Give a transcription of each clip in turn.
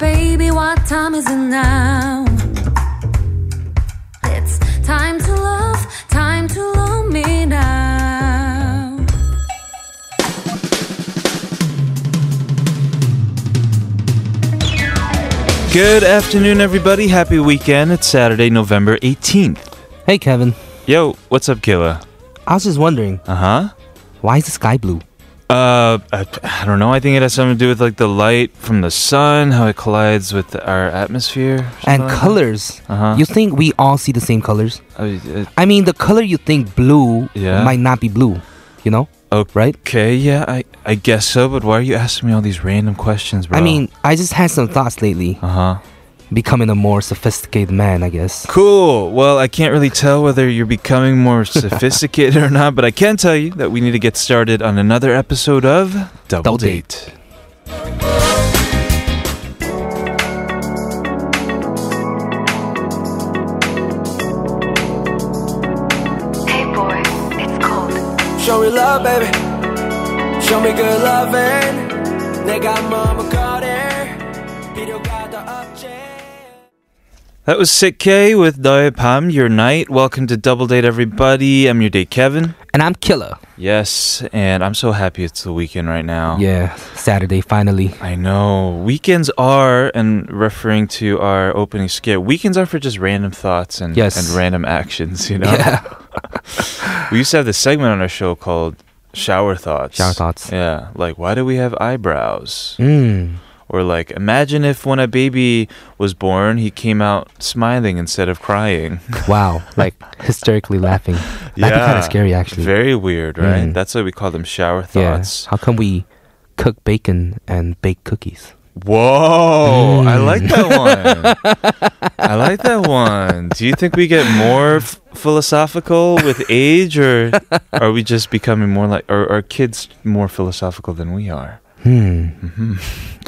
baby, what time is it now? It's time to love, time to love me now. Good afternoon, everybody. Happy weekend. It's Saturday, November 18th. Hey, Kevin. Yo, what's up, Killa? I was just wondering, Uh-huh. why is the sky blue? Uh, I, I don't know. I think it has something to do with like the light from the sun, how it collides with our atmosphere, And colors. Uh huh. You think we all see the same colors? Uh, I mean, the color you think blue Yeah. might not be blue, you know? Okay. Right? oh, okay, yeah, I I guess so. But why are you asking me all these random questions, bro? I mean, I just had some thoughts lately, uh huh. becoming a more sophisticated man, I guess. Cool. Well, I can't really tell whether you're becoming more sophisticated or not, but I can tell you that we need to get started on another episode of Double, Double Date. Date. Hey boy, it's cold. Show me love, baby. Show me good loving. 내가 머문 거래. 필요가도 없지. That was Sick K with Dae Pam, your night. Welcome to Double Date, everybody. I'm your date, Kevin. And I'm killer. Yes, and I'm so happy it's the weekend right now. Yeah, Saturday finally. I know. Weekends are, and referring to our opening skit, weekends are for just random thoughts and, Yes. and random actions, you know? Yeah. we used to have this segment on our show called Shower Thoughts. Shower Thoughts. Yeah. Like, why do we have eyebrows? Mm. Or, like, imagine if when a baby was born, he came out smiling instead of crying. Wow. Like hysterically laughing. That'd be kind of scary, actually. Very weird, right? Mm. That's why we call them shower yeah. thoughts. How come we cook bacon and bake cookies? Whoa, I like Mm. that one. I like that one. Do you think we get more f- philosophical with age, or are we just becoming more like, are are kids more philosophical than we are? Hmm. Mm-hmm.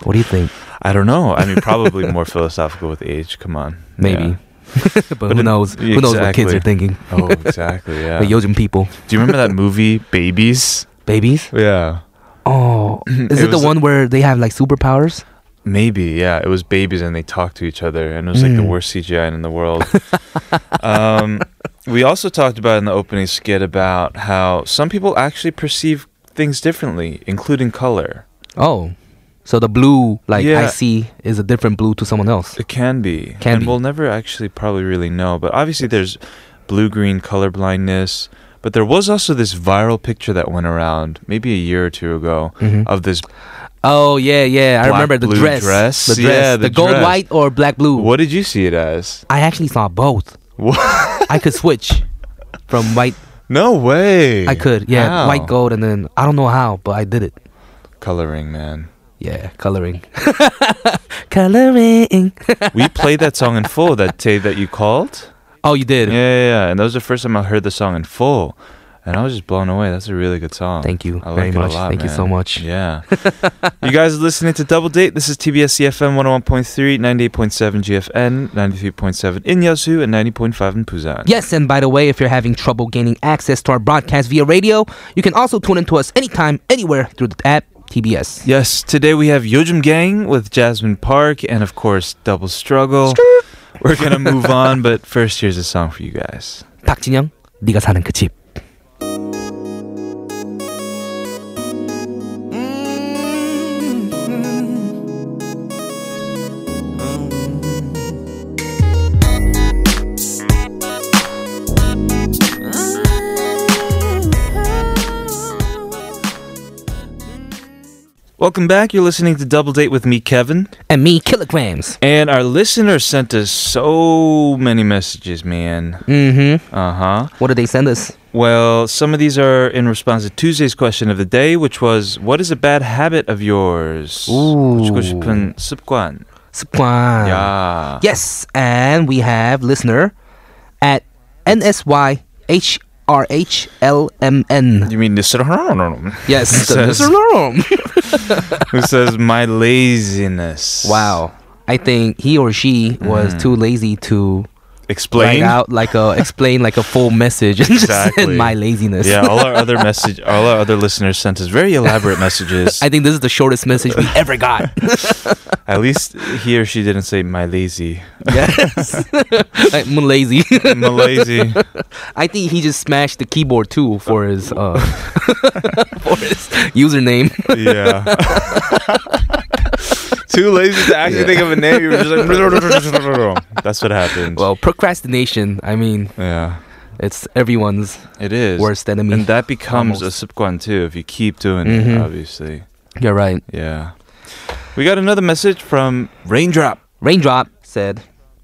What do you think? I don't know. I mean, probably more philosophical with age. Come on, Maybe. but, But who it- knows? Who knows what kids exactly. are thinking? Yeah. Oh, exactly. Yeah. The Yojin people, Do you remember that movie, Babies? babies. Yeah. Oh, is It it, the was- one where they have like superpowers? Maybe, yeah. It was babies and they talked to each other, and it was like the Mm. worst CGI in the world. um, we also talked about in the opening skit about how some people actually perceive things differently, including color. Oh, so the blue like Yeah. I see is a different blue to someone else. It can be. Can and be. we'll never actually probably really know. But obviously, there's blue green color blindness. But there was also this viral picture that went around maybe a year or two ago Mm-hmm. of this. Oh yeah, yeah. I Black, remember the blue dress. dress? The dress. Yeah, the the, gold, dress. white, or black, blue. What did you see it as? I actually saw both. What? I could switch from white. no way. I could. Yeah, How? white, gold, and then I don't know how, but I did it. Coloring, man. Yeah, coloring. coloring. we played that song in full that day that you called. oh, you did. Yeah, yeah, yeah. And that was the first time I heard the song in full. And I was just blown away. That's a really good song. Thank you I very like much. It a lot, Thank you man. so much. Yeah. you guys are listening to Double Date. This is TBS CFM 101.3, 98.7 GFN, 93.7 in Yazoo, and 90.5 in Busan. Yes, and by the way, if you're having trouble gaining access to our broadcast via radio, you can also tune in to us anytime, anywhere through the app TBS. Yes, today we have Yojum Gang with Jasmine Park and, of course, Double Struggle. We're going to move on, but first, here's a song for you guys. 박진영, 네가 사는 그 집. Welcome back. You're listening to Double Date with me, Kevin. And me, kilograms. And our listeners sent us so many messages, man. Mm-hmm. Uh huh. What did they send us? Well, some of these are in response to Tuesday's question of the day, which was, "What is a bad habit of yours?" Ooh. 고치고 싶은 습관. 습관. Yeah. Yes, and we have listener at NSYHRHLMN. You mean this? Who Yes, the Says- Mr. Norm. says my laziness? Mm. wow. I think he or she was too lazy to explain. Like out like a explain like a full message and just Exactly. send my laziness. yeah, all our other message, all our other listeners sent us very elaborate messages. I think this is the shortest message we ever got. At least he or she didn't say my lazy, yes. I'm lazy. my lazy. I think he just smashed the keyboard too for his uh for his username. Yeah. Too lazy to actually think of a name. You were just like, that's what happened. Well, procrastination, I mean, yeah, it's everyone's it is. worst enemy. and that becomes Almost. a subquan too if you keep doing it. Mhm. Obviously, You're right. yeah. We got another message from Raindrop. Raindrop said,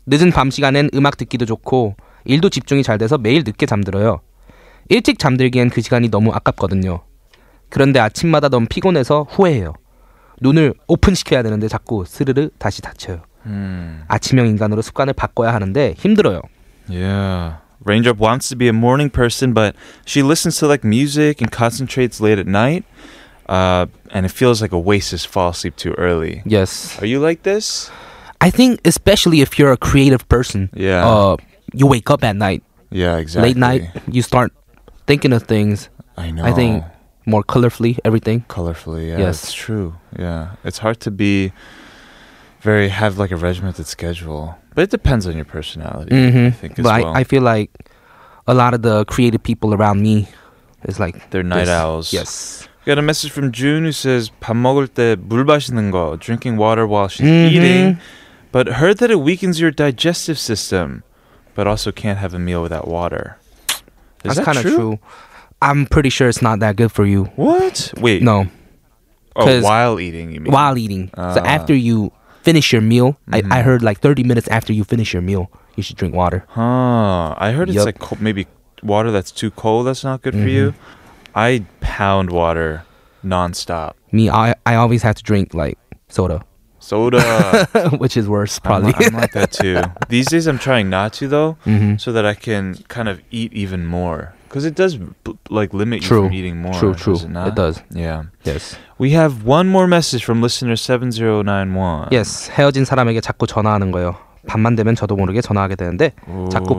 늦은 밤 시간엔 음악 듣기도 좋고 일도 집중이 잘 돼서 매일 늦게 잠들어요. 일찍 잠들기엔 그 시간이 너무 아깝거든요. 그런데 아침마다 너무 피곤해서 후회해요. 눈을 오픈시켜야 되는데 자꾸 스르르 다시 닫혀요. 음. 아침형 인간으로 습관을 바꿔야 하는데 힘들어요. Yeah. Raindrop wants to be a morning person, but she listens to like music and concentrates late at night. Uh, and it feels like oasis fall asleep too early. Yes. Are you like this? I think especially if you're a creative person, Yeah. uh, you wake up at night, Yeah, exactly. Oh. late night, you start thinking of things. I know. I think more colorfully everything. colorfully. Yeah, Yes. it's true. Yeah, it's hard to be very have like a regimented schedule, but it depends on your personality. I Mm-hmm. think as But I, well. I feel like a lot of the creative people around me is like They're night this. owls. Yes. Got a message from June who says 밥 먹을 때물 마시는 거, drinking water while she's Mhm. eating, but heard that it weakens your digestive system, but also can't have a meal without water. Is that That's kind of true? true. I'm pretty sure it's not that good for you. What? Wait. No, Oh, 'cause- while eating, you mean? while eating. so Ah. after you finish your meal, I, Mhm. I heard like 30 minutes after you finish your meal, you should drink water. Huh. I heard it's Yup. like cold, maybe water that's too cold that's not good for you. Mm-hmm. I pound water nonstop. Me, I I always have to drink like soda, Soda. which is worse I'm, probably. li- I'm like that too. These days I'm trying not to though, Mhm. so that I can kind of eat even more. Because it does b- like limit you True. from eating more. True, true. Does it, not? It does. Yeah. yes. We have one more message from listener 7091. Yes. 헤어진 사람에게 자꾸 전화하는 거예요. 밤만 되면 저도 모르게 전화하게 되는데 자꾸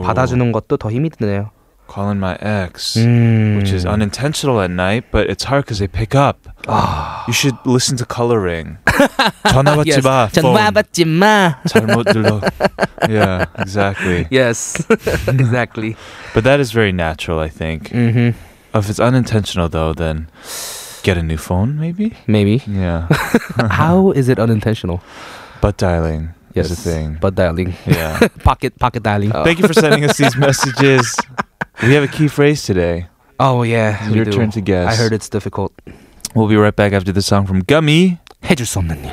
오. 받아주는 것도 더 힘이 드네요. Calling my ex. 음. Which is unintentional at night, but it's hard because they pick up. You should listen to coloring. 전화 받지 Ah. yes. 마. 전화 phone. 받지 마. 잘못 눌러. yeah, exactly. Yes. exactly. But that is very natural, I think. Mhm. If it's unintentional, though, then get a new phone, maybe? Maybe. Yeah. How is it unintentional? Butt dialing Uh-huh. Yes. Oh. is a thing. But dialing. yeah. pocket pocket dialing. Thank you for sending us these messages. We have a key phrase today. oh yeah. we Your do. turn to guess. I heard it's difficult. We'll be right back after the song from Gummy. 해줄 수 없는 일.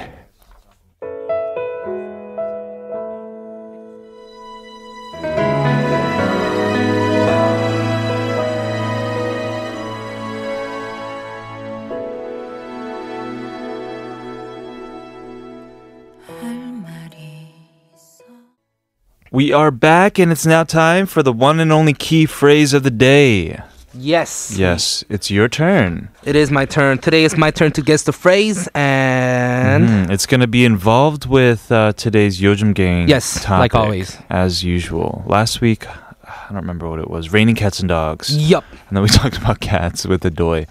We are back, and it's now time for the one and only key phrase of the day. Yes. Yes, it's your turn. It is my turn. Today is my turn to guess the phrase and Mhm. It's going to be involved with uh, today's Yojum Gang. Yes, like topic, always. as usual. Last week, I don't remember what it was. Raining cats and dogs, Yup. and then we talked about cats with the doy.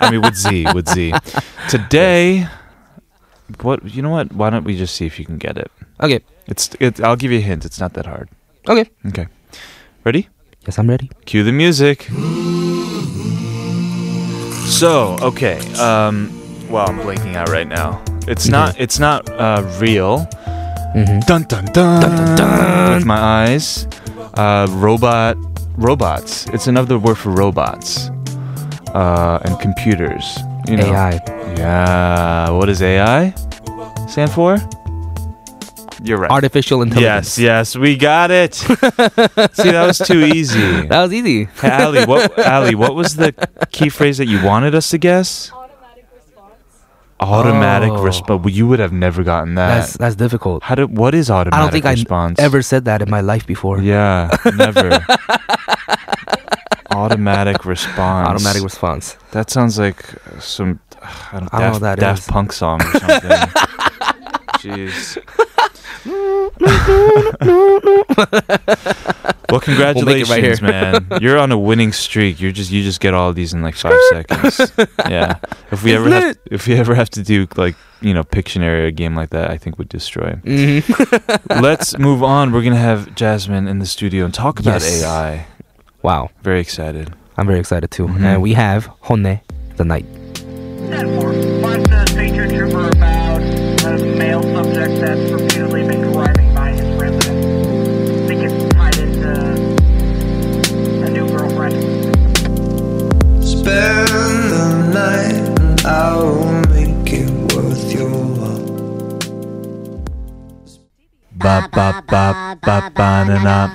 I mean, with Z, with Z. Today, what you know? What? Why don't we just see if you can get it? Okay. It's. It, I'll give you a hint. It's not that hard. Okay. Okay. Ready? Yes, I'm ready. Cue the music. So, okay. Um, well, I'm blanking out right now. It's not. It's not uh, real. Mm-hmm. Dun, dun, dun, dun dun With my eyes. Uh, robot. Robots. It's another word for robots. Uh, and computers. You know. AI. Yeah. What does AI stand for? You're right. Artificial intelligence. yes. Yes. We got it. See, that was too easy. That was easy. Hey, Ali, what Ali, what was the key phrase that you wanted us to guess? Automatic Oh. response. Automatic response. You would have never gotten that. That's that's difficult. How do, what is automatic I don't think response? I ever said that in my life before. Yeah, never. automatic response. Automatic response. That sounds like some I don't, I Daft, don't know what that Daft is. Punk song or something. Jeez. Well, congratulations, right here. man. You're on a winning streak. You're just you just get all these in like five seconds. Yeah. If we ever Isn't have, if we ever have to do like you know Pictionary, a game like that, I think would destroy. him. hmm Let's move on. We're gonna have Jasmine in the studio and talk about Yes. AI. Wow, Very excited. I'm very excited too. Mhm. And we have Honne the Night. That four plus a danger trooper about a male subject that's repeatedly been driving by his residence. I think it's tied into a new girlfriend. Spend the night and I'll make it worth your while. Ba ba ba ba ba na na.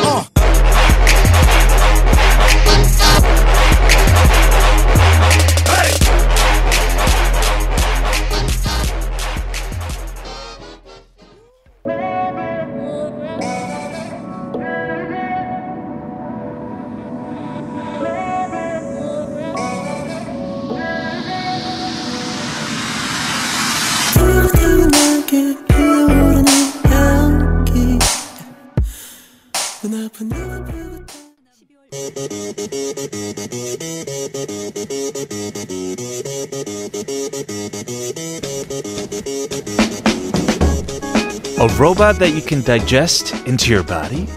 A robot that you can digest into your body?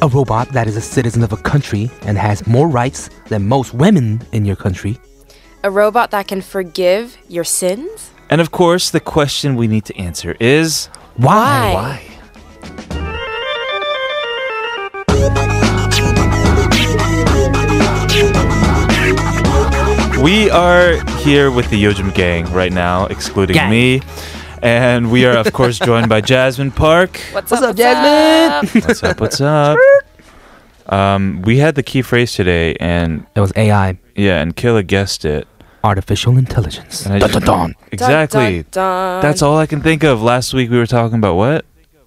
A robot that is a citizen of a country and has more rights than most women in your country. A robot that can forgive your sins? And of course, the question we need to answer is Why? why? We are here with the Yojim gang right now, excluding Gang. me. And we are, of course, joined by Jasmine Park. What's, What's up, what's Jasmine? What's up? What's up? Um, we had the key phrase today, and It was AI, yeah, and Killa guessed it. artificial intelligence. And I just- Dun, Exactly. dun, dun. That's all I can think of. Last week we were talking about what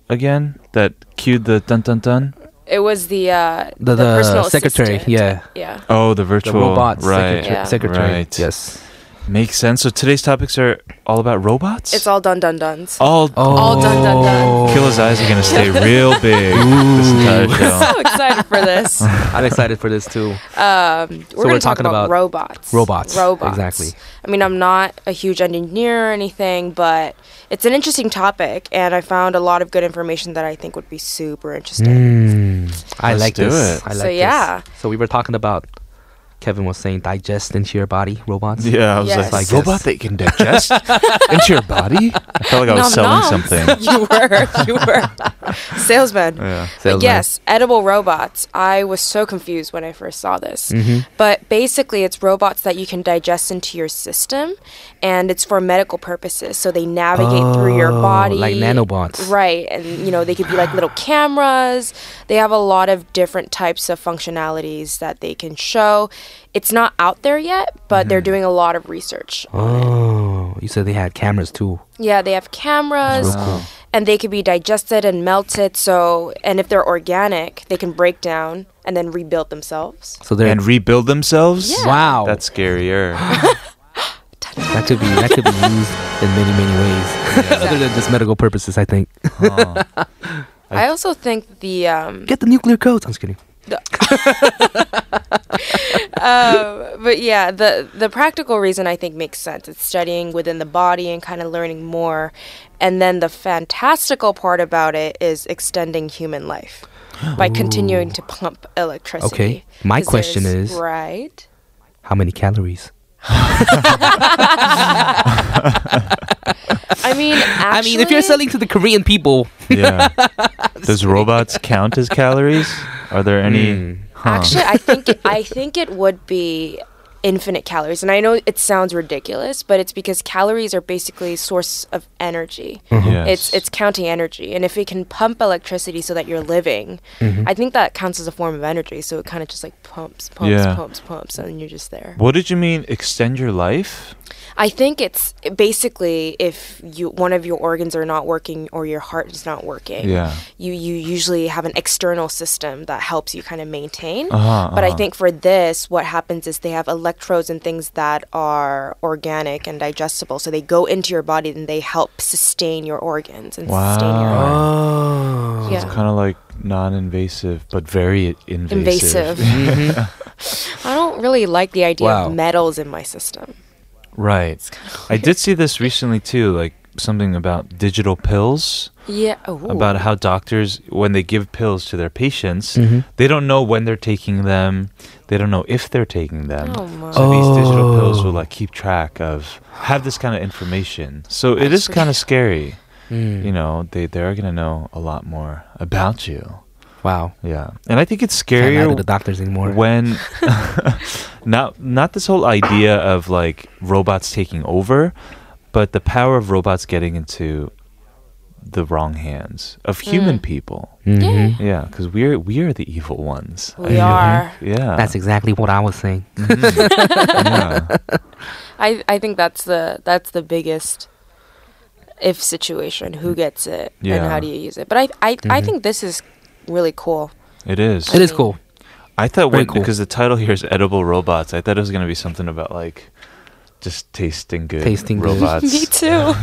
again? That cued the dun dun dun. It was the uh, The, the personal secretary, assistant. yeah. yeah. Oh, the The virtual robot right? secretary. Yeah. secretary. Right. Yes. Makes sense. So today's topics are all about robots. It's all dun dun duns. all. Oh. All dun dun dun. Killa's eyes are gonna stay real big this entire show. So excited for this. Um, I'm excited for this too. we're, we're gonna talk talking about, about robots. robots, Robots. exactly. I mean, I'm not a huge engineer or anything, but it's an interesting topic, and I found a lot of good information that I think would be super Mm. interesting. I Hmm. Let's like do this. it. I like So, this. yeah. So we were talking about Kevin was saying digest into your body robots. Yeah, I was Yes. like, Like like robot this. that you can digest into your body. I felt like I was selling Nom-noms. something. you were, you were, salesman. Yeah. But Salesman. yes, edible robots. I was so confused when I first saw this. Mm-hmm. But basically, it's robots that you can digest into your system, and it's for medical purposes. So they navigate through your Oh, body, like nanobots. right? And you know they could be like little cameras. They have a lot of different types of functionalities that they can show. It's not out there yet, Mm-hmm. but they're doing a lot of research. Oh, you said they had cameras too. Yeah, they have Oh. cameras. And they could be digested and melted. So, and if they're organic, they can break down and then rebuild themselves. So they're And rebuild themselves. wow. That's scarier. that could be that could be used in many many ways other than just medical purposes. I think. I also think the um, Get the nuclear codes. I'm just kidding. oh, but yeah, the the practical reason I think makes sense. It's studying within the body and kind of learning more. And then the fantastical part about it is extending human life by continuing to pump electricity. Okay, my 'Cause question there's- is- right? How many calories? I mean, actually, I mean, if you're selling to the Korean people, Yeah. Does robots count as calories? Are there any? Huh. Actually, I think I think it would be infinite calories. And I know it sounds ridiculous, but it's because calories are basically source of energy. Mm-hmm. Yes. It's it's counting energy, and if it can pump electricity so that you're living, Mm-hmm. I think that counts as a form of energy. So it kind of just like pumps, pumps, Yeah. pumps, pumps, and you're just there. What did you mean? Extend your life? I think it's basically if you one of your organs are not working or your heart is not working. Yeah. You you usually have an external system that helps you kind of maintain. Uh-huh, But I uh-huh. think for this what happens is they have electrodes and things that are organic and digestible so they go into your body and they help sustain your organs and sustain your Wow. Oh. yeah. It's kind of like non-invasive, but very invasive. invasive. Mm-hmm. Mhm. I don't really like the idea Wow. of metals in my system. Right. I did see this recently too, like something about digital pills. Yeah. Oh. about how doctors, when they give pills to their patients, Mm-hmm. they don't know when they're taking them. They don't know if they're taking them. Oh, my. So these digital pills Oh. will like keep track of have this kind of information. So it is kind of scary. Mm. You know, they they are gonna know a lot more about you. Wow. Yeah, and I think it's Can't lie to the scarier doctors anymore. when not not this whole idea of like robots taking over, but the power of robots getting into the wrong hands of human Mm. people. Mhm. Yeah. Yeah, because we're we are the evil ones. We are. Yeah, That's exactly what I was saying. yeah. I I think that's the that's the biggest if situation. Who gets it and Mm-hmm. Yeah. Mm-hmm. how do you use it? But I I, I think this is really cool. It is. It is cool. I thought Very when, cool. because the title here is edible robots. I thought it was gonna be something about like just tasting good Tasting good. robots. Me too.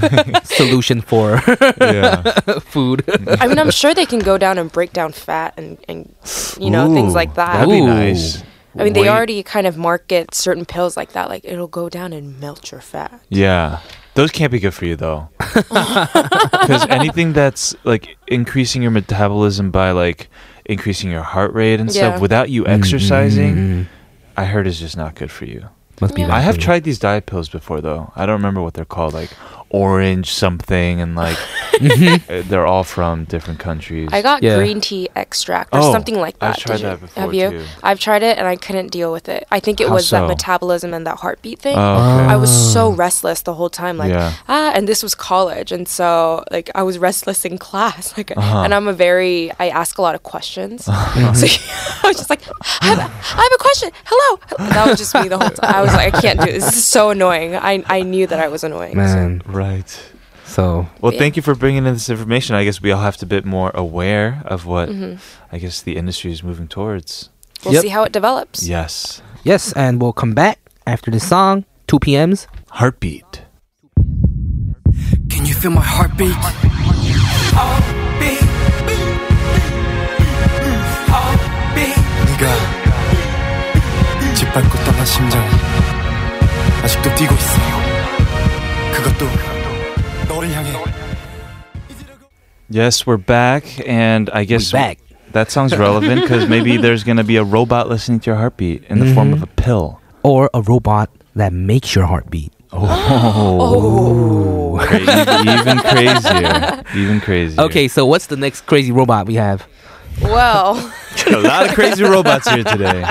Solution for yeah. food. I mean, I'm sure they can go down and break down fat and and you know things Ooh, like that. That'd be Ooh. nice. I mean, they Wait- already kind of market certain pills like that. Like it'll go down and melt your fat. Yeah. Those can't be good for you though. Cuz anything that's like increasing your metabolism by like increasing your heart rate and Yeah. stuff without you exercising, I heard is just not good for you. Mm, Must be. Yeah. bad I have for you. tried these diet pills before though. I don't remember what they're called like orange something and like uh, they're all from different countries. I got Yeah. green tea extract or Oh, something like that. I've tried Did you- that before, Have you? too. I've tried it and I couldn't deal with it. I think it How was so? that metabolism and that heartbeat thing. Oh, okay. I was so restless the whole time, like Yeah. ah, and this was college, and so like I was restless in class, like, Uh-huh. and I'm a very I ask a lot of questions, so I was just like, I have, a, I have a question, hello, that was just me the whole time. I was like, I can't do this. This is so annoying. I I knew that I was annoying. so- Man, Right. so Well, Yeah. thank you for bringing in this information. I guess we all have to be more aware of what Mm-hmm. I guess the industry is moving towards. We'll Yep. see how it develops. Yes. yes, and we'll come back after this song. 2 p.m.s. Heartbeat. Can you feel my heartbeat? Heartbeat. Heartbeat. 네가 짓밟고 떠난 심장 아직도 뛰고 있어. 그것도 너를 향해. Yes, we're back, and I guess back. that sounds relevant because maybe there's going to be a robot listening to your heartbeat in the form of a pill. or a robot that makes your heart beat. Oh, Cra- e- even crazier, even crazier. Okay, so what's the next crazy robot we have? Well, a lot of crazy robots here today.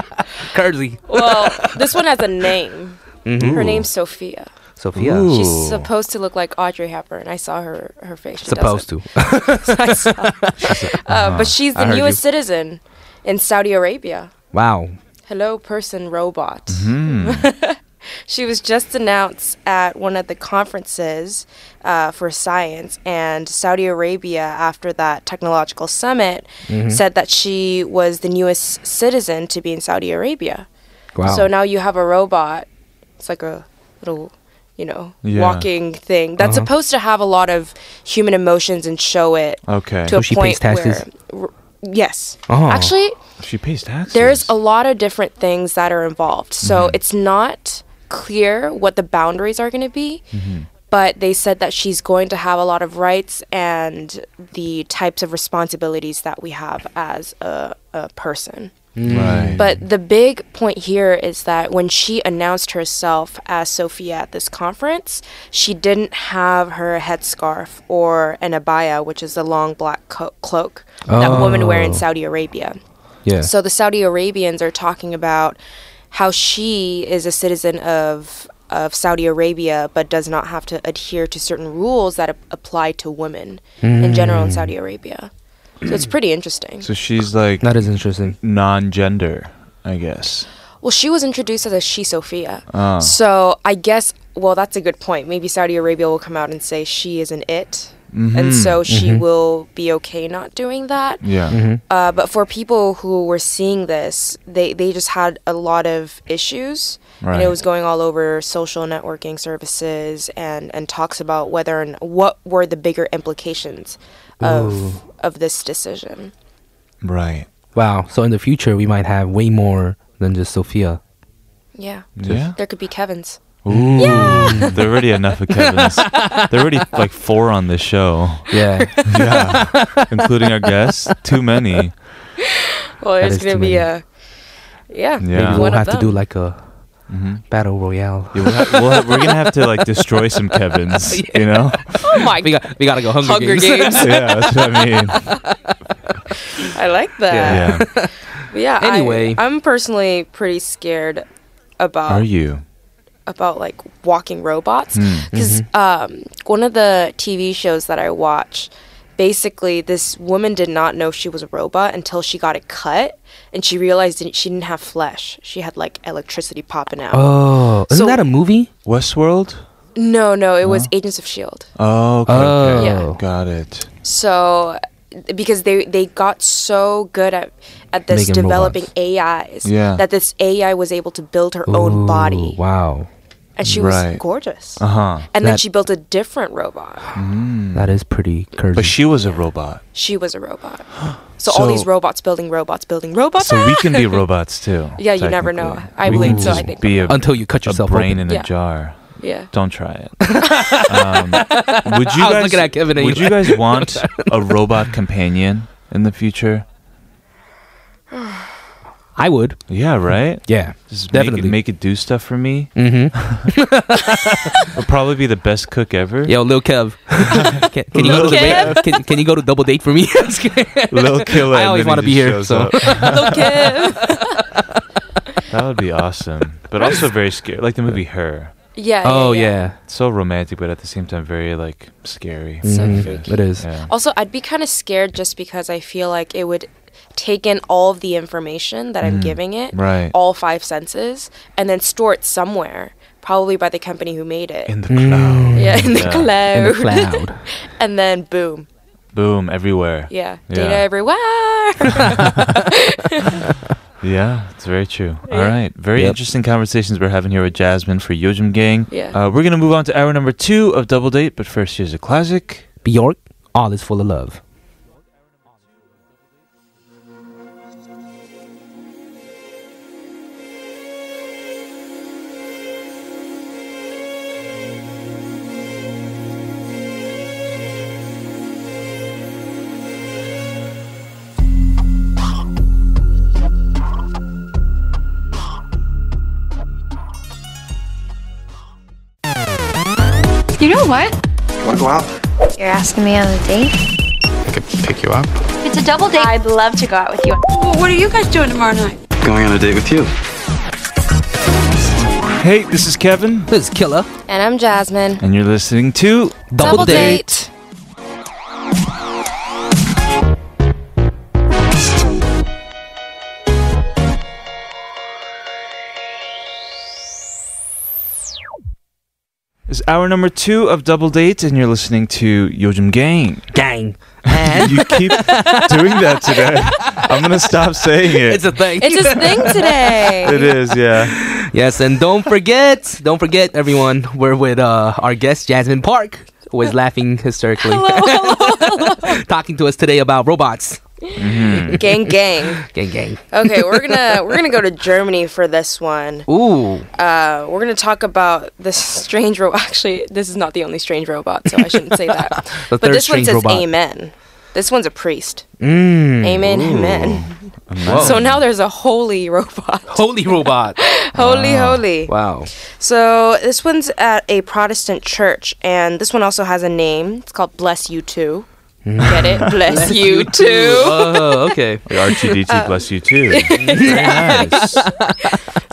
Curly. well, this one has a name. Her name's Sophia. Mm-hmm. Sophia. Ooh. She's supposed to look like Audrey Hepburn. I saw her her face. She Supposed doesn't. to. I saw. Uh, but she's uh-huh. I heard the newest you. citizen in Saudi Arabia. Wow. Hello, person robot. Hmm. she was just announced at one of the conferences uh, for science, and Saudi Arabia, after that technological summit, Mm-hmm. said that she was the newest citizen to be in Saudi Arabia. Wow. So now you have a robot. It's like a little, you know, Yeah. walking thing that's supposed to have a lot of human emotions and show it Okay. So to a she pays point taxes? where. r- Yes. Oh. Actually, She pays taxes. there's a lot of different things that are involved. So it's not clear what the boundaries are going to be, but they said that she's going to have a lot of rights and the types of responsibilities that we have as a, a person. right. But the big point here is that when she announced herself as Sophia at this conference, she didn't have her headscarf or an abaya, which is a long black co- cloak that women wear in Oh. Saudi Arabia. yeah. So the Saudi Arabians are talking about how she is a citizen of of Saudi Arabia but does not have to adhere to certain rules that ap- apply to women in general in Saudi Arabia. So it's pretty interesting. Hmm. So she's like That is interesting. non-gender, I guess. Well, she was introduced as a she Sophia. Ah. So I guess, well, that's a good point. Maybe Saudi Arabia will come out and say she is an it. And so she will be okay not doing that. Mm-hmm. Yeah. Uh, but for people who were seeing this, they, they just had a lot of issues. And Right. it was going all over social networking services and, and talks about whether and what were the bigger implications of, of this decision. Right. Wow. So in the future, we might have way more than just Sophia. Yeah. Yeah. There could be Kevin's. Ooh. There are already enough of Kevin's. there are already like four on this show. Yeah. Yeah. Including our guests. Too many. Well, there's is going too to many. be a. Yeah. Yeah. Mm-hmm. Maybe one we'll of have to them. do like a battle royale. Yeah, we'll ha- we'll ha- we're gonna have to like destroy some Kevin's, you know? Oh my We got we gotta go Hunger, Hunger Games. Games. Yeah, that's what I mean. I like that. Yeah. But Yeah. I- Anyway. I'm personally pretty scared about Are you? about like walking robots Hmm. because Mm-hmm. um, one of the TV shows that I watch, basically this woman did not know she was a robot until she got it cut and she realized that she didn't have flesh. She had like electricity popping out. Oh, isn't So- that a movie? Westworld? No, no, it was Agents of Shield. Oh, okay. okay. Yeah. Got it. E So because they they got so good at at this Making developing robots. AIs Yeah. that this AI was able to build her Ooh, own body Wow, and she Right. was gorgeous. Uh huh. And then That- she built a different robot. that is pretty crazy. But she was a robot. She was a robot. So, all these So- robots building robots building robots. So Ah! we can be robots too. yeah, you never know. technically. I We believe can so. I Just think. be a, until you cut a yourself brain open. in a Yeah. jar. yeah. Don't try it. um, would you I was guys? looking at Kevin and would he you guys want a robot companion in the future? I would. Yeah, right. Yeah, Just Definitely. make it, make it do stuff for me. Mm-hmm. It'll probably be the best cook ever. Yo, Lil Kev, can, can you go Lil to the, can, can you go to double date for me? Just kidding. Little killer. I and always then wanna he be just here, shows so. up. Okay. that would be awesome. But also very scary, like the movie Her. yeah. oh yeah, So romantic, but at the same time very like scary. So Mhm. freaky. it is. Yeah. Also, I'd be kind of scared just because I feel like it would take in all of the information that I'm giving it, Right. all five senses, and then store it somewhere, probably by the company who made it. In the Mm. cloud. yeah, in the Yeah. cloud. In the cloud. and then boom. Boom everywhere. Yeah. Yeah. Data everywhere. Yeah, it's very true. All right. Very Yep. interesting conversations we're having here with Jasmine for Yojim Gang. Yeah. Uh, we're going to move on to hour number two of Double Date, but first, here's a classic. Bjork, all is full of love. You know what? Want to go out? You're asking me on a date? I could pick you up. It's a double date. I'd love to go out with you. What are you guys doing tomorrow night? Going on a date with you. Hey, this is Kevin, This is killer. and I'm Jasmine. and you're listening to. Double, date. It's hour number two of Double Date, and you're listening to Yojim Gang. gang. you keep doing that today. I'm going to stop saying it. It's a thing. It's his thing today. it is, yeah. Yes, and don't forget, don't forget, everyone. We're with uh, our guest Jasmine Park, who is laughing hysterically, talking to us today about robots. gang gang. Gang, gang. Okay, we're gonna we're gonna go to Germany for this one. Ooh, Uh, we're gonna talk about this strange robot. Actually, this is not the only strange robot, so I shouldn't say that. the but third this one strange says robot. Amen. This one's a priest. Mm. Oh. Amen, amen. So now there's a holy robot. Holy robot. Holy, holy. Wow. So this one's at a Protestant church, and this one also has a name. It's called Bless You Too. Mm. Get it? Bless you too. Oh, okay. Like RTDT, Uh, bless you too. Very nice.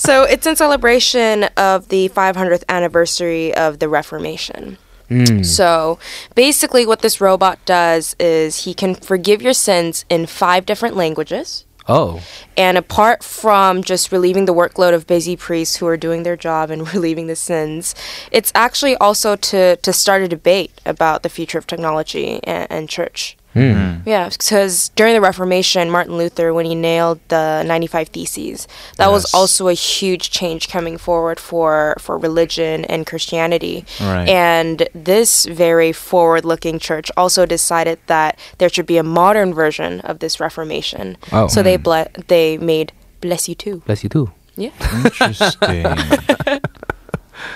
So it's in celebration of the 500th anniversary of the Reformation. Mm. So basically, what this robot does is he can forgive your sins in five different languages. Oh, And apart from just relieving the workload of busy priests who are doing their job and relieving the sins, it's actually also to, to start a debate about the future of technology and, and church. Mm. Mm. Yeah, because during the Reformation, Martin Luther, when he nailed the 95 Theses, that Yes. was also a huge change coming forward for, for religion and Christianity. Right. And this very forward looking church also decided that there should be a modern version of this Reformation. Oh. So Hmm. they ble- they made Bless You Too. bless you too. Yeah. Interesting.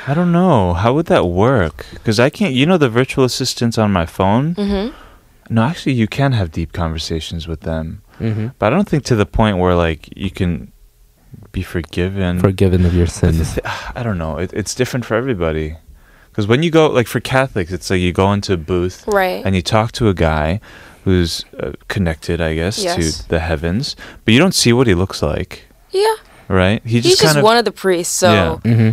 I don't know. How would that work? Because I can't, you know, the virtual assistants on my phone? Mm-hmm. No, actually, you can have deep conversations with them. Mm-hmm. But I don't think to the point where, like, you can be forgiven. Forgiven of your But the sins. thi- I don't know. It, it's different for everybody. Because when you go, like, for Catholics, it's like you go into a booth Right. and you talk to a guy who's uh, connected, I guess, Yes. to the heavens, but you don't see what he looks like, yeah. right? He He's just kind of. one of the priests, so Yeah. Mm-hmm.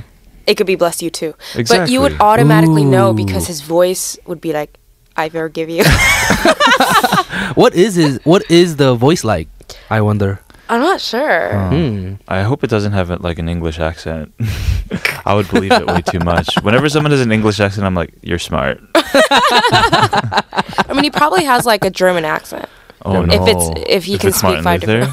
it could be Bless You Too. But you would Exactly. automatically know because Ooh. his voice would be like, I forgive you. What is his? What is the voice like? I wonder. I'm not sure. Oh. Hmm. I hope it doesn't have like an English accent. I would believe it way too much. Whenever someone has an English accent, I'm like, "You're smart." I mean, he probably has like a German accent. Oh If no! it's- if he can it's speak Martin five Luther,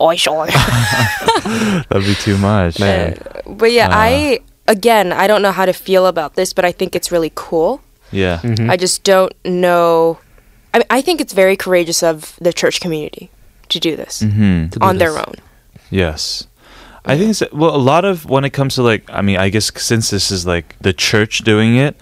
Oh, sure. that'd be too much. Man. but yeah, I again, I don't know how to feel about this, but I think it's really cool. Yeah. I just don't know. I mean, I think it's very courageous of the church community to do this hmm To do on their this. own. Yes. I think it's well a lot of when it comes to like I mean I guess since this is like the church doing it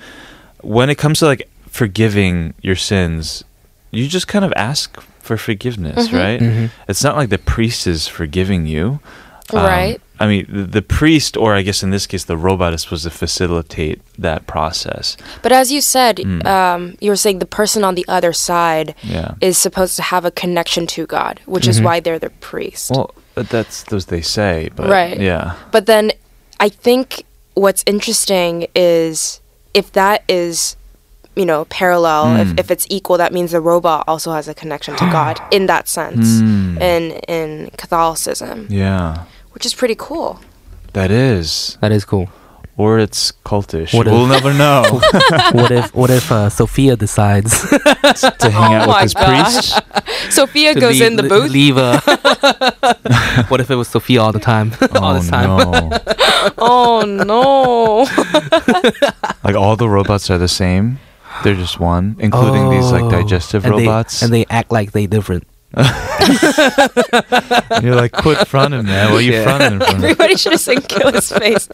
when it comes to like forgiving your sins you just kind of ask for forgiveness Mm-hmm. right Mm-hmm. it's not like the priest is forgiving you Um, Right. I mean the, the priest or I guess in this case the robot is supposed to facilitate that process But as you said, Mm. um, you were saying the person on the other side yeah is supposed to have a connection to God, which is why they're the priest. well but that's those they say but Right. yeah But then I think what's interesting is if that is, you know, parallel, Hmm. if, Mm. if it's equal, that means the robot also has a connection to God in that sense, Hmm. Mm. in, in Catholicism, yeah which is pretty cool. that is That is cool. or it's cultish What if- we'll never know what if what if uh, Sophia decides to hang out with Oh my this priest. Sophia to goes leave- in the le- booth. Leave. Uh, what if it was Sophia all the time? all this time. no! Oh, no. like all the robots are the same. They're just one, including these like Oh. digestive And they- robots. and they act like they different. and you're like, quit fronting, man. What are you Yeah. fronting from? Everybody should have seen Kill his face.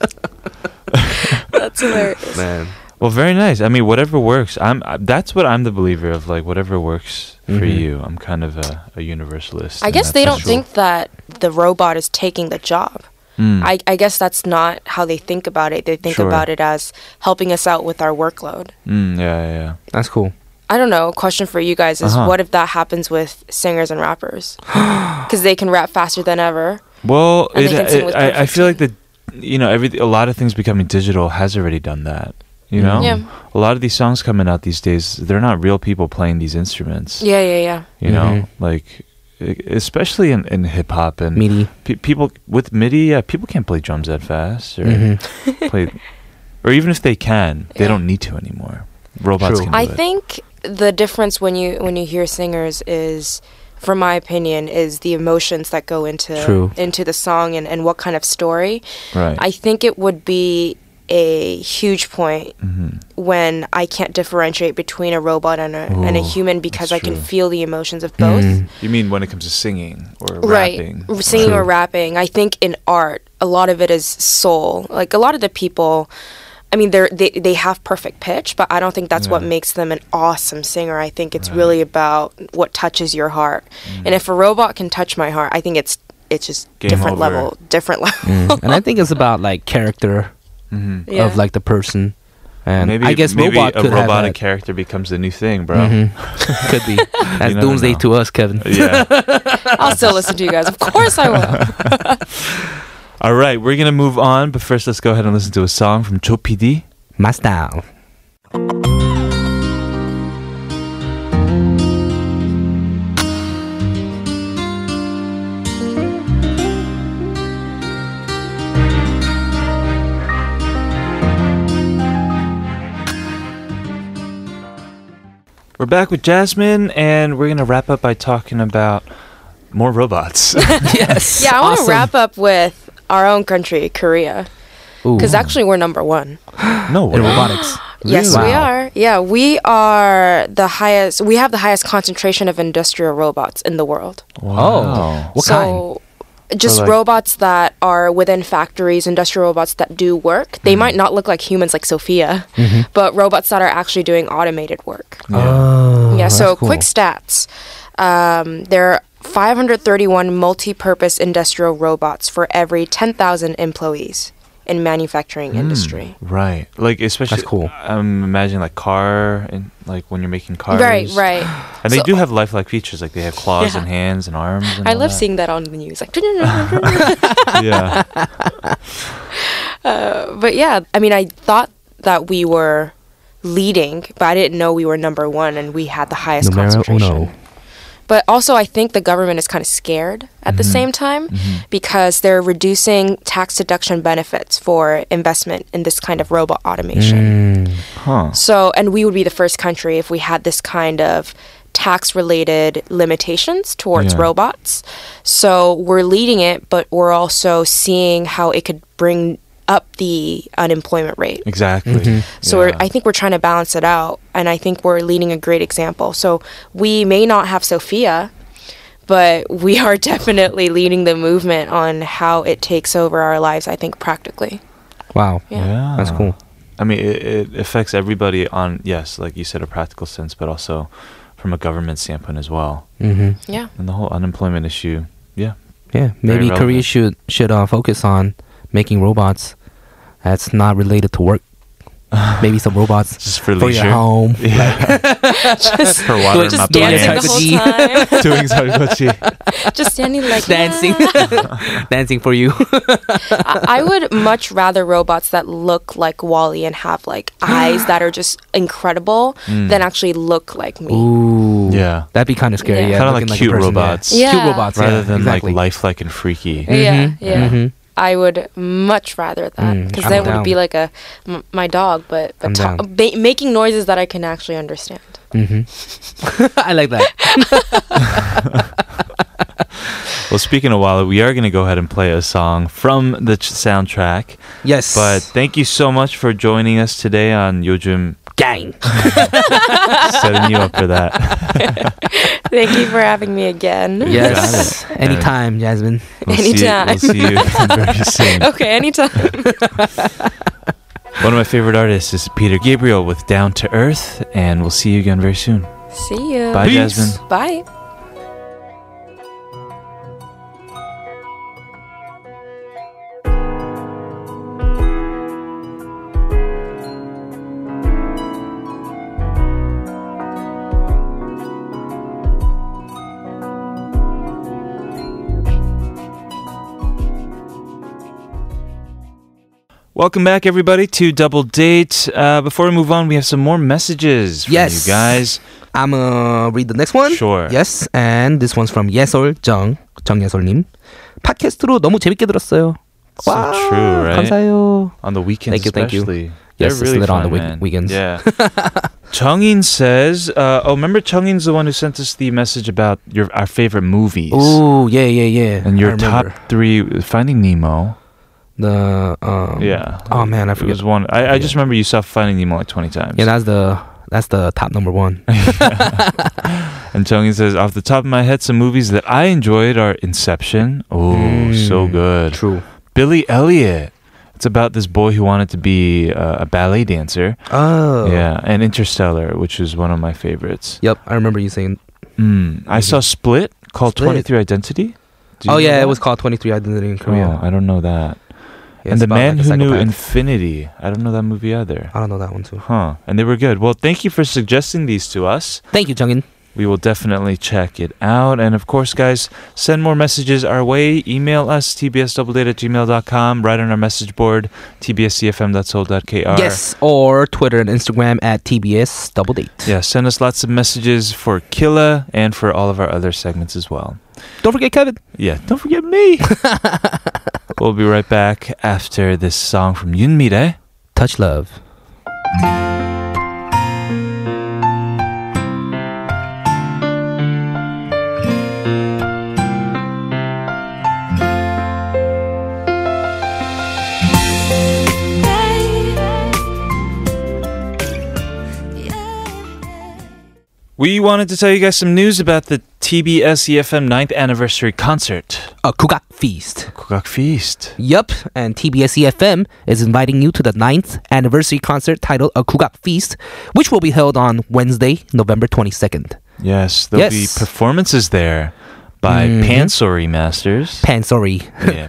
That's hilarious. Man. Well, very nice. I mean, whatever works. I'm. I, that's what I'm the believer of. Like whatever works for Mhm. you. I'm kind of a, a universalist. I in guess that they don't sense. think that the robot is taking the job. Mm. I, I guess that's not how they think about it. They think Sure. about it as helping us out with our workload. Mm, yeah, yeah, yeah. That's cool. I don't know. Question for you guys is Uh-huh. what if that happens with singers and rappers? Because they can rap faster than ever. Well, And it, they can sing it- with I, I feel like the, you know, every a lot of things becoming digital has already done that. Mm-hmm. You know, Yeah. a lot of these songs coming out these days, they're not real people playing these instruments. Yeah, yeah, yeah. you know Mm-hmm. like e- especially in, in hip-hop and Meaty. pe- people with midi yeah people can't play drums that fast or Mm-hmm. play or even if they can they Yeah. don't need to anymore robots True. can do I it. think the difference when you when you hear singers is from my opinion is the emotions that go into True. into the song and, and what kind of story. right I think it would be a huge point Mhm. when I can't differentiate between a robot and a, and a Ooh, human because I that's can true. feel the emotions of both. Mm. you mean when it comes to singing or rapping Right. Singing or True. rapping. I think in art, a lot of it is soul. Like a lot of the people, I mean, they're, they they have perfect pitch, but I don't think that's what Yeah. makes them an awesome singer. I think it's Right. Mm. really about what touches your heart. And if a robot can touch my heart, I think it's it's just Game different over. Mm. level, different level. and I think it's about like character Mhm. Yeah. of like the person. And maybe I guess maybe robot a could robotic have character becomes the new thing, bro. that. Mhm. could be. That's never doomsday know. to us, Kevin. Yeah. I'll still listen to you guys. Of course I will. All right, we're gonna move on, but first let's go ahead and listen to a song from Cho PD. My style. We're back with Jasmine, and we're gonna wrap up by talking about more robots. yes. Yeah, I want to wrap up with our own country, Korea, because actually we're number one. no in way. robotics. Yes, Really? we Wow. are. Yeah, we are the highest. We have the highest concentration of industrial robots in the world. Oh, what kind? so, Just So, like- robots that are within factories, industrial robots that do work. They Mm-hmm. might not look like humans, like Sophia, but robots that are actually doing automated work. Uh, Oh, yeah. that's So, cool. quick stats: um, there are 531 multi-purpose industrial robots for every 10,000 employees in manufacturing Hmm. industry. Right, like especially. cool. I'm imagining like car and like when you're making cars. Right, right. And they do So- have lifelike features, like they have claws Yeah. and hands and arms. And I all love that. seeing that on the news. Like, Yeah. uh, but yeah, I mean, I thought that we were leading, but I didn't know we were number one and we had the highest Numero concentration. uno. But also, I think the government is kind of scared Mm-hmm. at the same time because they're reducing tax deduction benefits for investment in this kind of robot Mm. automation. Huh. So, and we would be the first country if we had this kind of tax related limitations towards Yeah. robots. So, we're leading it, but we're also seeing how it could bring up the unemployment rate. Exactly. Mm-hmm. So we're, Yeah. I think we're trying to balance it out, and I think we're leading a great example. So we may not have Sophia, but we are definitely leading the movement on how it takes over our lives. I think practically. Wow. Yeah. That's cool. I mean, it, it affects everybody on yes, like you said, a practical sense, but also from a government standpoint as well. Mm-hmm. Yeah. And the whole unemployment issue. Yeah. Yeah, Very maybe Korea relevant. should should uh, focus on making robots that's not related to work. maybe some robots Just for for leisure. your home. Yeah. just for water just not doing plants. Dancing it. the Gee. whole time, doing sargochi. just standing like Dancing, "Yeah." dancing for you. I, I would much rather robots that look like Wally and have like eyes that are just incredible than actually look like me. Mm. Ooh, Yeah. that'd be kind of scary. Yeah, Yeah. Kinda looking like a cute person, robots. Yeah. Yeah. Cute robots, Rather yeah, than exactly. like lifelike and freaky. Yeah, yeah. Mhm. I would much rather that Mm, because I'm then it would down. be like a m- my dog, but I'm but ta- down. ba- making noises that I can actually understand. Mhm. I like that. Well, speaking of Walla, we are going to go ahead and play a song from the ch- soundtrack. Yes, But thank you so much for joining us today on Yojum. gang. Setting you up for that. Thank you for having me again. Yes, Got it. anytime, Jasmine. We'll Anytime. See you, we'll see you very soon. Okay, anytime. One of my favorite artists is Peter Gabriel with Down to Earth, and we'll see you again very soon. See you. Bye, Jasmine. Bye. Welcome back, everybody, to Double Date. Uh, before we move on, we have some more messages from Yes. you guys. I'm gonna read the next one. Sure. Yes, and this one's from 예솔 정 정예솔님. 팟캐스트로 너무 재밌게 들었어요. So true, right? 감사해요. On the weekends, Thank you, thank you. especially. Yes, They're it's really lit on fun, the week- man. weekends. Yeah. Chungin says, uh, "Oh, remember Chungin's the one who sent us the message about your our favorite movies Oh yeah, yeah, yeah. and I your remember. top three: Finding Nemo. the um, Yeah. Oh man, I It forget. was one. I, I just remember you saw Finding Nemo like twenty times. Yeah, that's the that's the top number one. And Chungin says, off the top of my head, some movies that I enjoyed are Inception. Oh, so Hmm. good. Mm. True. Billy Elliot. It's about this boy who wanted to be uh, a ballet dancer. Oh. Yeah, and Interstellar, which is one of my favorites. Yep, I remember you saying. Mm. I saw Split called Split. 23 Identity. Do you Oh know yeah, that? it was called Twenty Three Identity in Oh, Korea. I don't know that. It's and the about, man like, a who knew psychopath. Infinity. I don't know that movie either. I don't know that one too. Huh. And they were good. Well, thank you for suggesting these to us. Thank you, Jungin. We will definitely check it out. And of course, guys, send more messages our way. Email us, tbsdoubledate at gmail.com. Write on our message board, tbscfm.soul.kr. Yes, or Twitter and Instagram at TBS Double Date. Yeah, send us lots of messages for Killa and for all of our other segments as well. Don't forget Kevin. Yeah, don't forget me. we'll be right back after this song from Yoon Mire. Touch love. We wanted to tell you guys some news about the TBS EFM 9th anniversary concert, A Kugak Feast. Kugak Feast. Yup, and TBS EFM E is inviting you to the 9th anniversary concert titled A Kugak Feast, which will be held on Wednesday, November 22nd. Yes, Mm-hmm. there'll Yes. be performances there by Mhm. Pansori Masters. Pansori. yeah,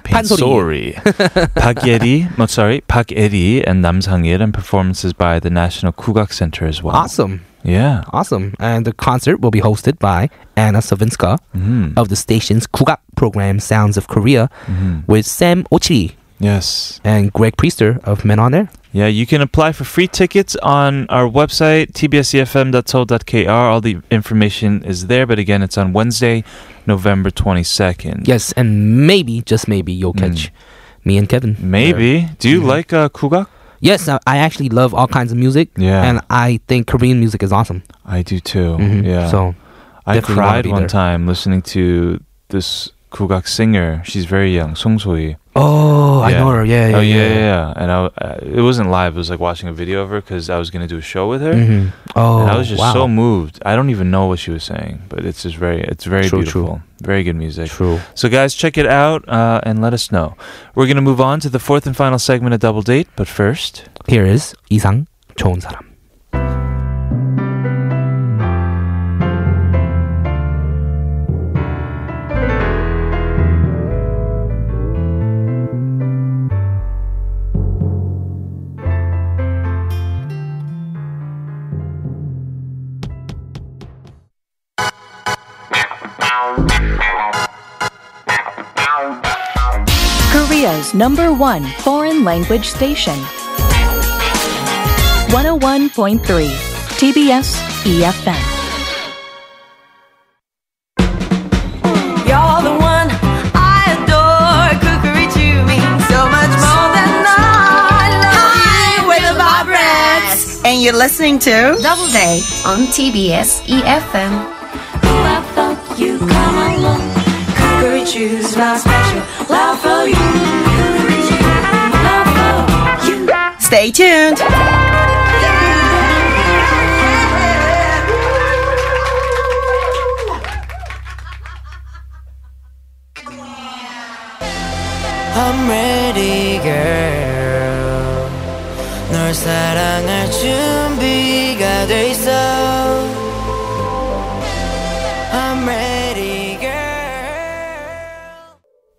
Pansori. Pansori. Pak Yeri, no, sorry, Pak Eri and Nam Sang Il, and performances by the National Kugak Center as well. Awesome. Yeah. Awesome. And the concert will be hosted by Anna Savinska Mhm. of the station's Kugak program Sounds of Korea Mhm. with Sam Ochiri Yes. and Greg Priester of Men on Air. Yeah, you can apply for free tickets on our website, tbscfm.soul.kr. All the information is there, but again, it's on Wednesday, November 22nd. Yes, and maybe, just maybe, you'll catch me and Kevin. Hmm. Maybe. Do you like uh, Kugak? Yes, I I actually love all kinds of music. Yeah. And I think Korean music is awesome. I do too. Mhm. Yeah. So, I definitely wanna cried be one there. time listening to this Kugak singer. She's very young, Song Soi. oh, I know her. Yeah, yeah, oh, yeah, yeah, yeah. And I, uh, it wasn't live. It was like watching a video of her because I was going to do a show with her. hmm and Oh, I was just wow. so moved. I don't even know what she was saying, but it's just very, it's very True, true. beautiful. Very good music. true. So, guys, check it out uh, and let us know. We're going to move on to the fourth and final segment of Double Date, but first. Here is 이상 좋은 사람. Korea's number one foreign language station. 101.3 TBS EFM. You're the one I adore. Cookery to me so much more than I love you with a vibrance. And you're listening to Double Day on TBS EFM. Cookery Choose, my special love for you. Love for you. Stay tuned. I'm ready, girl. 널 사랑할 준비가 돼 있어. I'm ready, girl.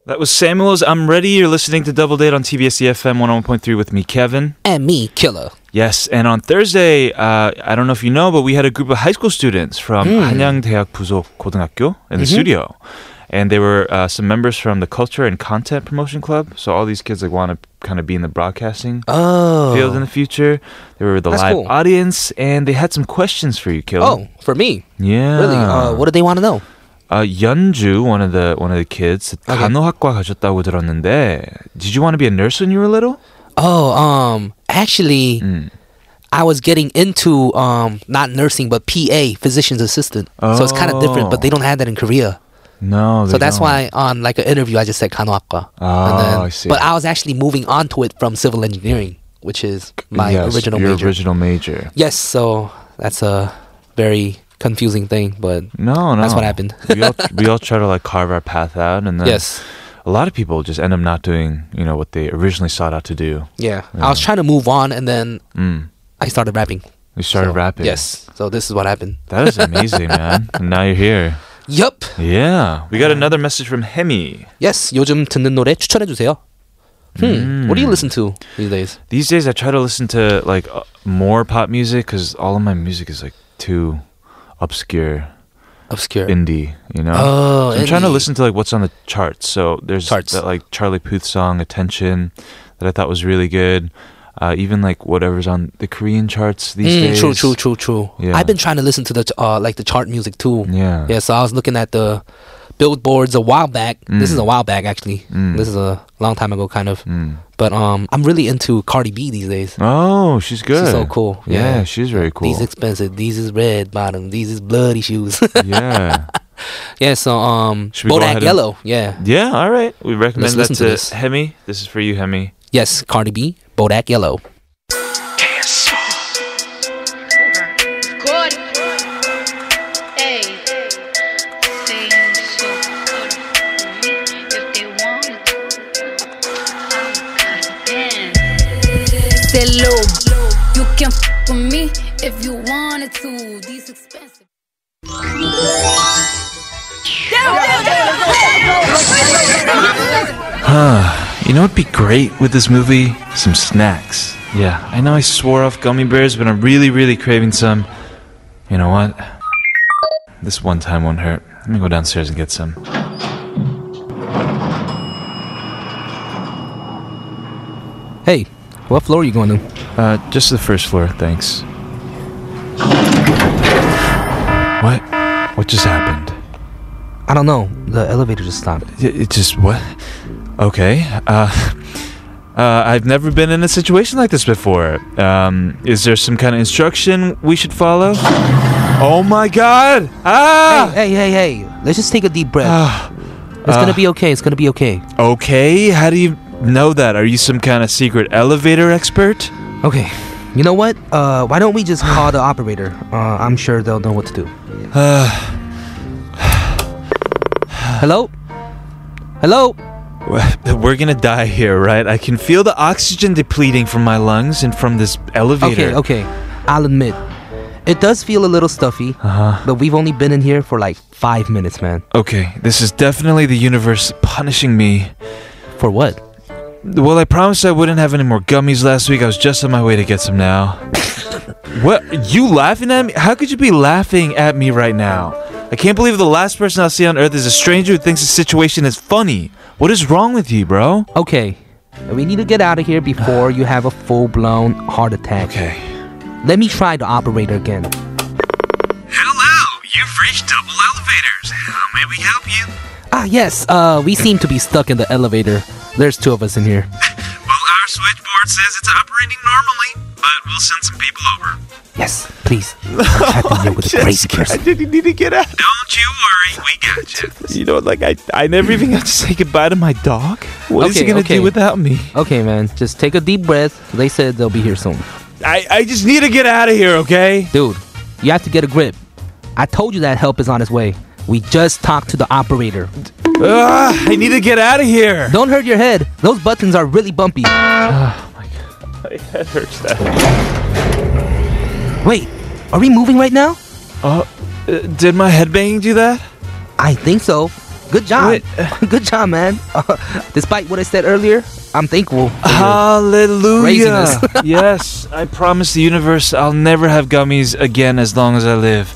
That was Samuel's I'm Ready. You're listening to Double Date on TBS EFM 101.3 with me, Kevin. And me, killer. Yes, and on Thursday, uh, I don't know if you know, but we had a group of high school students from Hmm. 한양대학 부속 고등학교 in Mm-hmm. the studio, and they were uh, some members from the Culture and Content Promotion Club. So all these kids like want to kind of be in the broadcasting Oh. field in the future. They were the That's live cool. audience, and they had some questions for you, Kill. oh, for me. yeah. Really? Uh, what do they want to know? Uh, Yeonju, one of the one of the kids, Okay. 간호학과 가셨다고 들었는데, did you want to be a nurse when you were little? Oh, um, actually, Mm. I was getting into um not nursing but PA, physician's assistant. So it's kind of different, but they don't have that in Korea. No. Oh, So they that's don't. why on like an interview I just said Kanoaka. Oh, I see. But I was actually moving on to it from civil engineering, which is my Yes, original your major. original major. yes, so that's a very confusing thing, but No, no. That's what happened. we all we all try to like carve our path out, and then yes. a lot of people just end up not doing you know what they originally sought out to do. Yeah. I was trying to move on and then Mm. I started rapping. We started So, rapping. Yes. So this is what happened. that is amazing, man. And now you're here. Yup. Yeah, we got another message from Hemi. Yes. 요즘 듣는 노래 추천해 주세요. Hmm. What do you listen to these days? These days, I try to listen to like uh, more pop music because all of my music is like too obscure, Obscure. indie. You know, Oh, So uh, I'm trying to indie. listen to like what's on the charts. So there's Charts. that like Charlie Puth song "Attention" that I thought was really good. Uh, even like whatever's on the Korean charts these Mm, days. True, true, true, true. Yeah. I've been trying to listen to the uh, like the chart music too. Yeah. Yeah, so I was looking at the billboards a while back. This is Mm. a while back actually. Mm. This is a long time ago kind of. Mm. But um I'm really into Cardi B these days. Oh, she's good. She's so cool. Yeah, Yeah. she's very cool. These expensive, these is red bottom, these is bloody shoes. yeah. yeah, so um Should we go ahead Bodak and- Yellow, yeah. Yeah, all right. We recommend Let's listen that to to, this. Hemi. This is for you, Hemi. Yes, Cardi B, Bodak Yellow. Cordy. Hey. Say you so good for me if they wanna. Say low. You can f with me if you wanted to. These expensive. Huh. You know what'd be great with this movie? Some snacks. Yeah, I know I swore off gummy bears, but I'm really, really craving some. You know what? This one time won't hurt. Let me go downstairs and get some. Hey, what floor are you going to? Uh, just the first floor, thanks. What? What just happened? I don't know. The elevator just stopped. It, it just what? Okay. Uh, uh, I've never been in a situation like this before. Um, is there some kind of instruction we should follow? Oh my God! Ah! Hey, hey, hey, hey. Let's just take a deep breath. it's Ah. gonna be okay. It's gonna be okay. Okay. How do you know that? Are you some kind of secret elevator expert? Okay. You know what? Uh, why don't we just call the operator? Uh, I'm sure they'll know what to do. Hello? Hello? We're gonna die here, right? I can feel the oxygen depleting from my lungs and from this elevator. Okay, okay. I'll admit, it does feel a little stuffy, Uh-huh. but we've only been in here for like five minutes, man. Okay, this is definitely the universe punishing me. For what? Well, I promised I wouldn't have any more gummies last week. I was just on my way to get some now. what? You laughing at me? How could you be laughing at me right now? I can't believe the last person I'll see on earth is a stranger who thinks the situation is funny. What is wrong with you, bro? Okay. We need to get out of here before you have a full blown heart attack. Okay. Let me try the operator again. Hello, you've reached Double Elevators. How may we help you? Ah, yes, uh, we seem to be stuck in the elevator. There's two of us in here. Well, our switchboard says it's operating normally, but we'll send some people over. Yes, please. I'm trapped in here with a crazy person. didn't need to get out. Don't you worry, we got you. You know, like I, I never even got to say goodbye to my dog. What is Okay, he gonna okay. do without me? Okay, man, just take a deep breath. They said they'll be here soon. I, I just need to get out of here, okay? Dude, you have to get a grip. I told you that help is on its way. We just talked to the operator. Ugh, I need to get out of here. Don't hurt your head. Those buttons are really bumpy. My head hurts that. Wait, are we moving right now? Uh, uh, did my headbanging do that? I think so. Good job. Wait, Good job, man. despite what I said earlier, I'm thankful. for your- Uh-huh. Hallelujah. Craziness. yes, I promise the universe I'll never have gummies again as long as I live.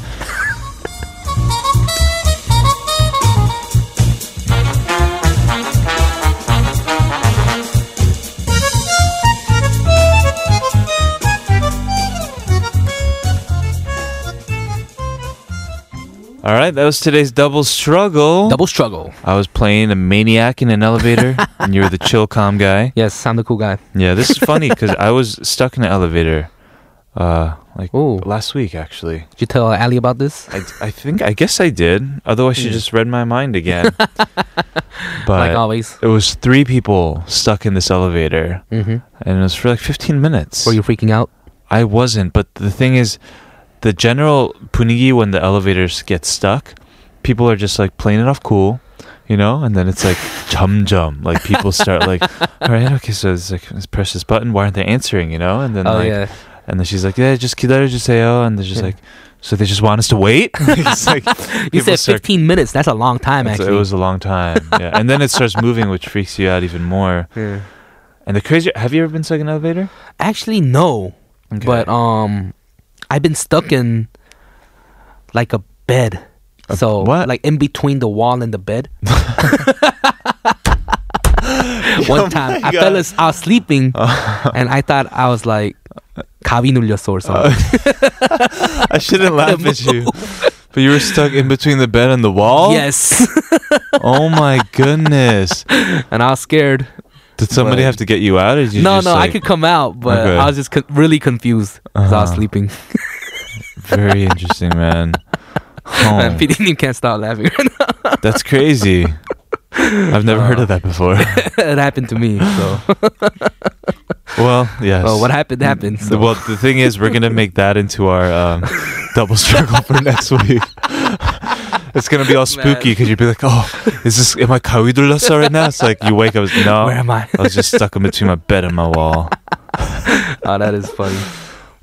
All right, that was today's double struggle. Double struggle. I was playing a maniac in an elevator, and you were the chill, calm guy. Yes, I'm the cool guy. Yeah, this is funny because I was stuck in an elevator, uh, like Ooh. last week actually. Did you tell Ali about this? I, I think I guess I did. Otherwise, she just read my mind again. but like always. it was three people stuck in this elevator, Mm-hmm. and it was for like 15 minutes. Were you freaking out? I wasn't, but the thing is, the general punigi when the elevators get stuck, people are just like playing it off cool, you know, and then it's like chum chum, like people start like, all right, okay, so it's like let's press this button. Why aren't they answering? You know, and then oh like, yeah. and then she's like, yeah, just kidaru juseo, and they're just Yeah. like, so they just want us to wait. it's like people You said start- 15 minutes. That's a long time, it's- actually. It was a long time, yeah. and then it starts moving, which freaks you out even more. Yeah. And the crazy, have you ever been stuck in an elevator? Actually, no. But um, I've been stuck in like a bed. so like in between the wall and the bed. One Oh time my Uh-huh. I fell as I was sleeping, and I thought I was like "가위 눌렸어" or something. I shouldn't laugh at you. But you were stuck in between the bed and the wall? Yes. oh my goodness. And I was scared. Did somebody But- have to get you out? Or did you no, just, no, I like- could come out, but Okay. I was just con- really confused 'cause I was Uh-huh. sleeping. Very interesting, man. Man, Oh, PD, you can't stop laughing right now. that's crazy. I've never heard of that before. it happened to me. So Well, yes. Well, what happened, happened, The- so. Well, the thing is, we're gonna make that into our um, double struggle for next week. it's gonna be all spooky because you'd be like, "Oh, is this? Am I kawidulosa right now?" It's like you wake up, it's, no. Where am I?" I was just stuck in between my bed and my wall. oh, that is funny.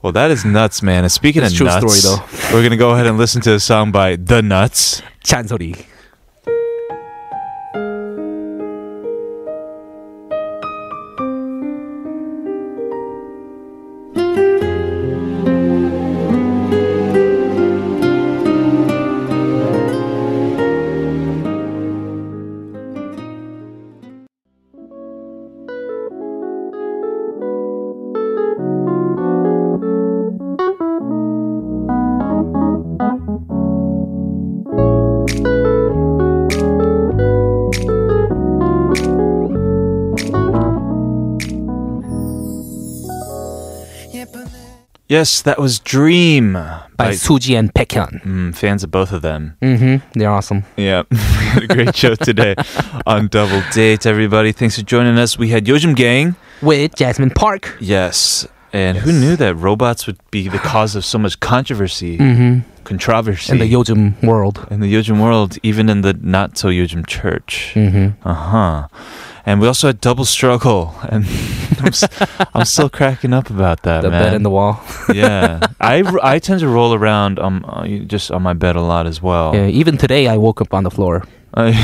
Well, that is nuts, man. And speaking It's of true nuts, story, though. we're gonna go ahead and listen to a song by The Nuts. 잔소리. Yes, that was Dream by Suji and Baekhyun. Mm, fans of both of them. Mm-hmm. They're awesome. Yeah, we had a great show today on Double Date, everybody. Thanks for joining us. We had Yojim Gang. With Jasmine Park. Yes. And who knew that robots would be the cause of so much controversy, Mhm. controversy In the Yojim world. in the Yojim world, even in the not so Yojim church? Mhm. Uh huh. And we also had double struggle, and I'm, s- I'm still cracking up about that. The man. bed and the wall. yeah, I, r- I tend to roll around um uh, you- just on my bed a lot as well. Yeah, even today I woke up on the floor. I-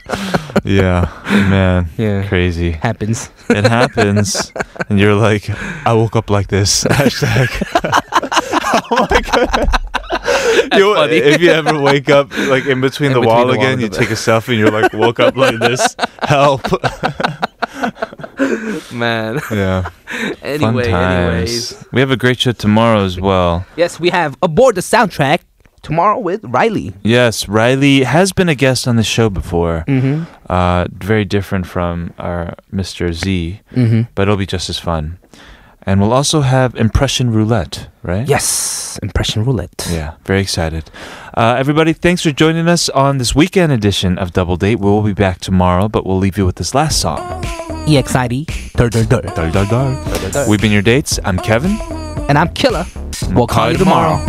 yeah, man. Yeah. Crazy. Happens. It happens. and you're like, I woke up like this. Hashtag. oh my god. You, funny. if you ever wake up like in between In the between the wall wall again, and you the take a selfie and you're like, woke up like this. Help. Man. Yeah. Fun Anyway, times. anyways. We have a great show tomorrow as well. Yes, we have Aboard the Soundtrack tomorrow with Riley. Yes, Riley has been a guest on the show before. Mhm. Uh, very different from our Mr. Z, Mhm. but it'll be just as fun. And we'll also have Impression Roulette, right? Yes, Impression Roulette. Yeah, very excited. Uh, everybody, thanks for joining us on this weekend edition of Double Date. We'll be back tomorrow, but we'll leave you with this last song. E EXID. Dur, dur, dur. Dar, dar, dar. We've been your dates. I'm Kevin. And I'm Killer. We'll call you tomorrow.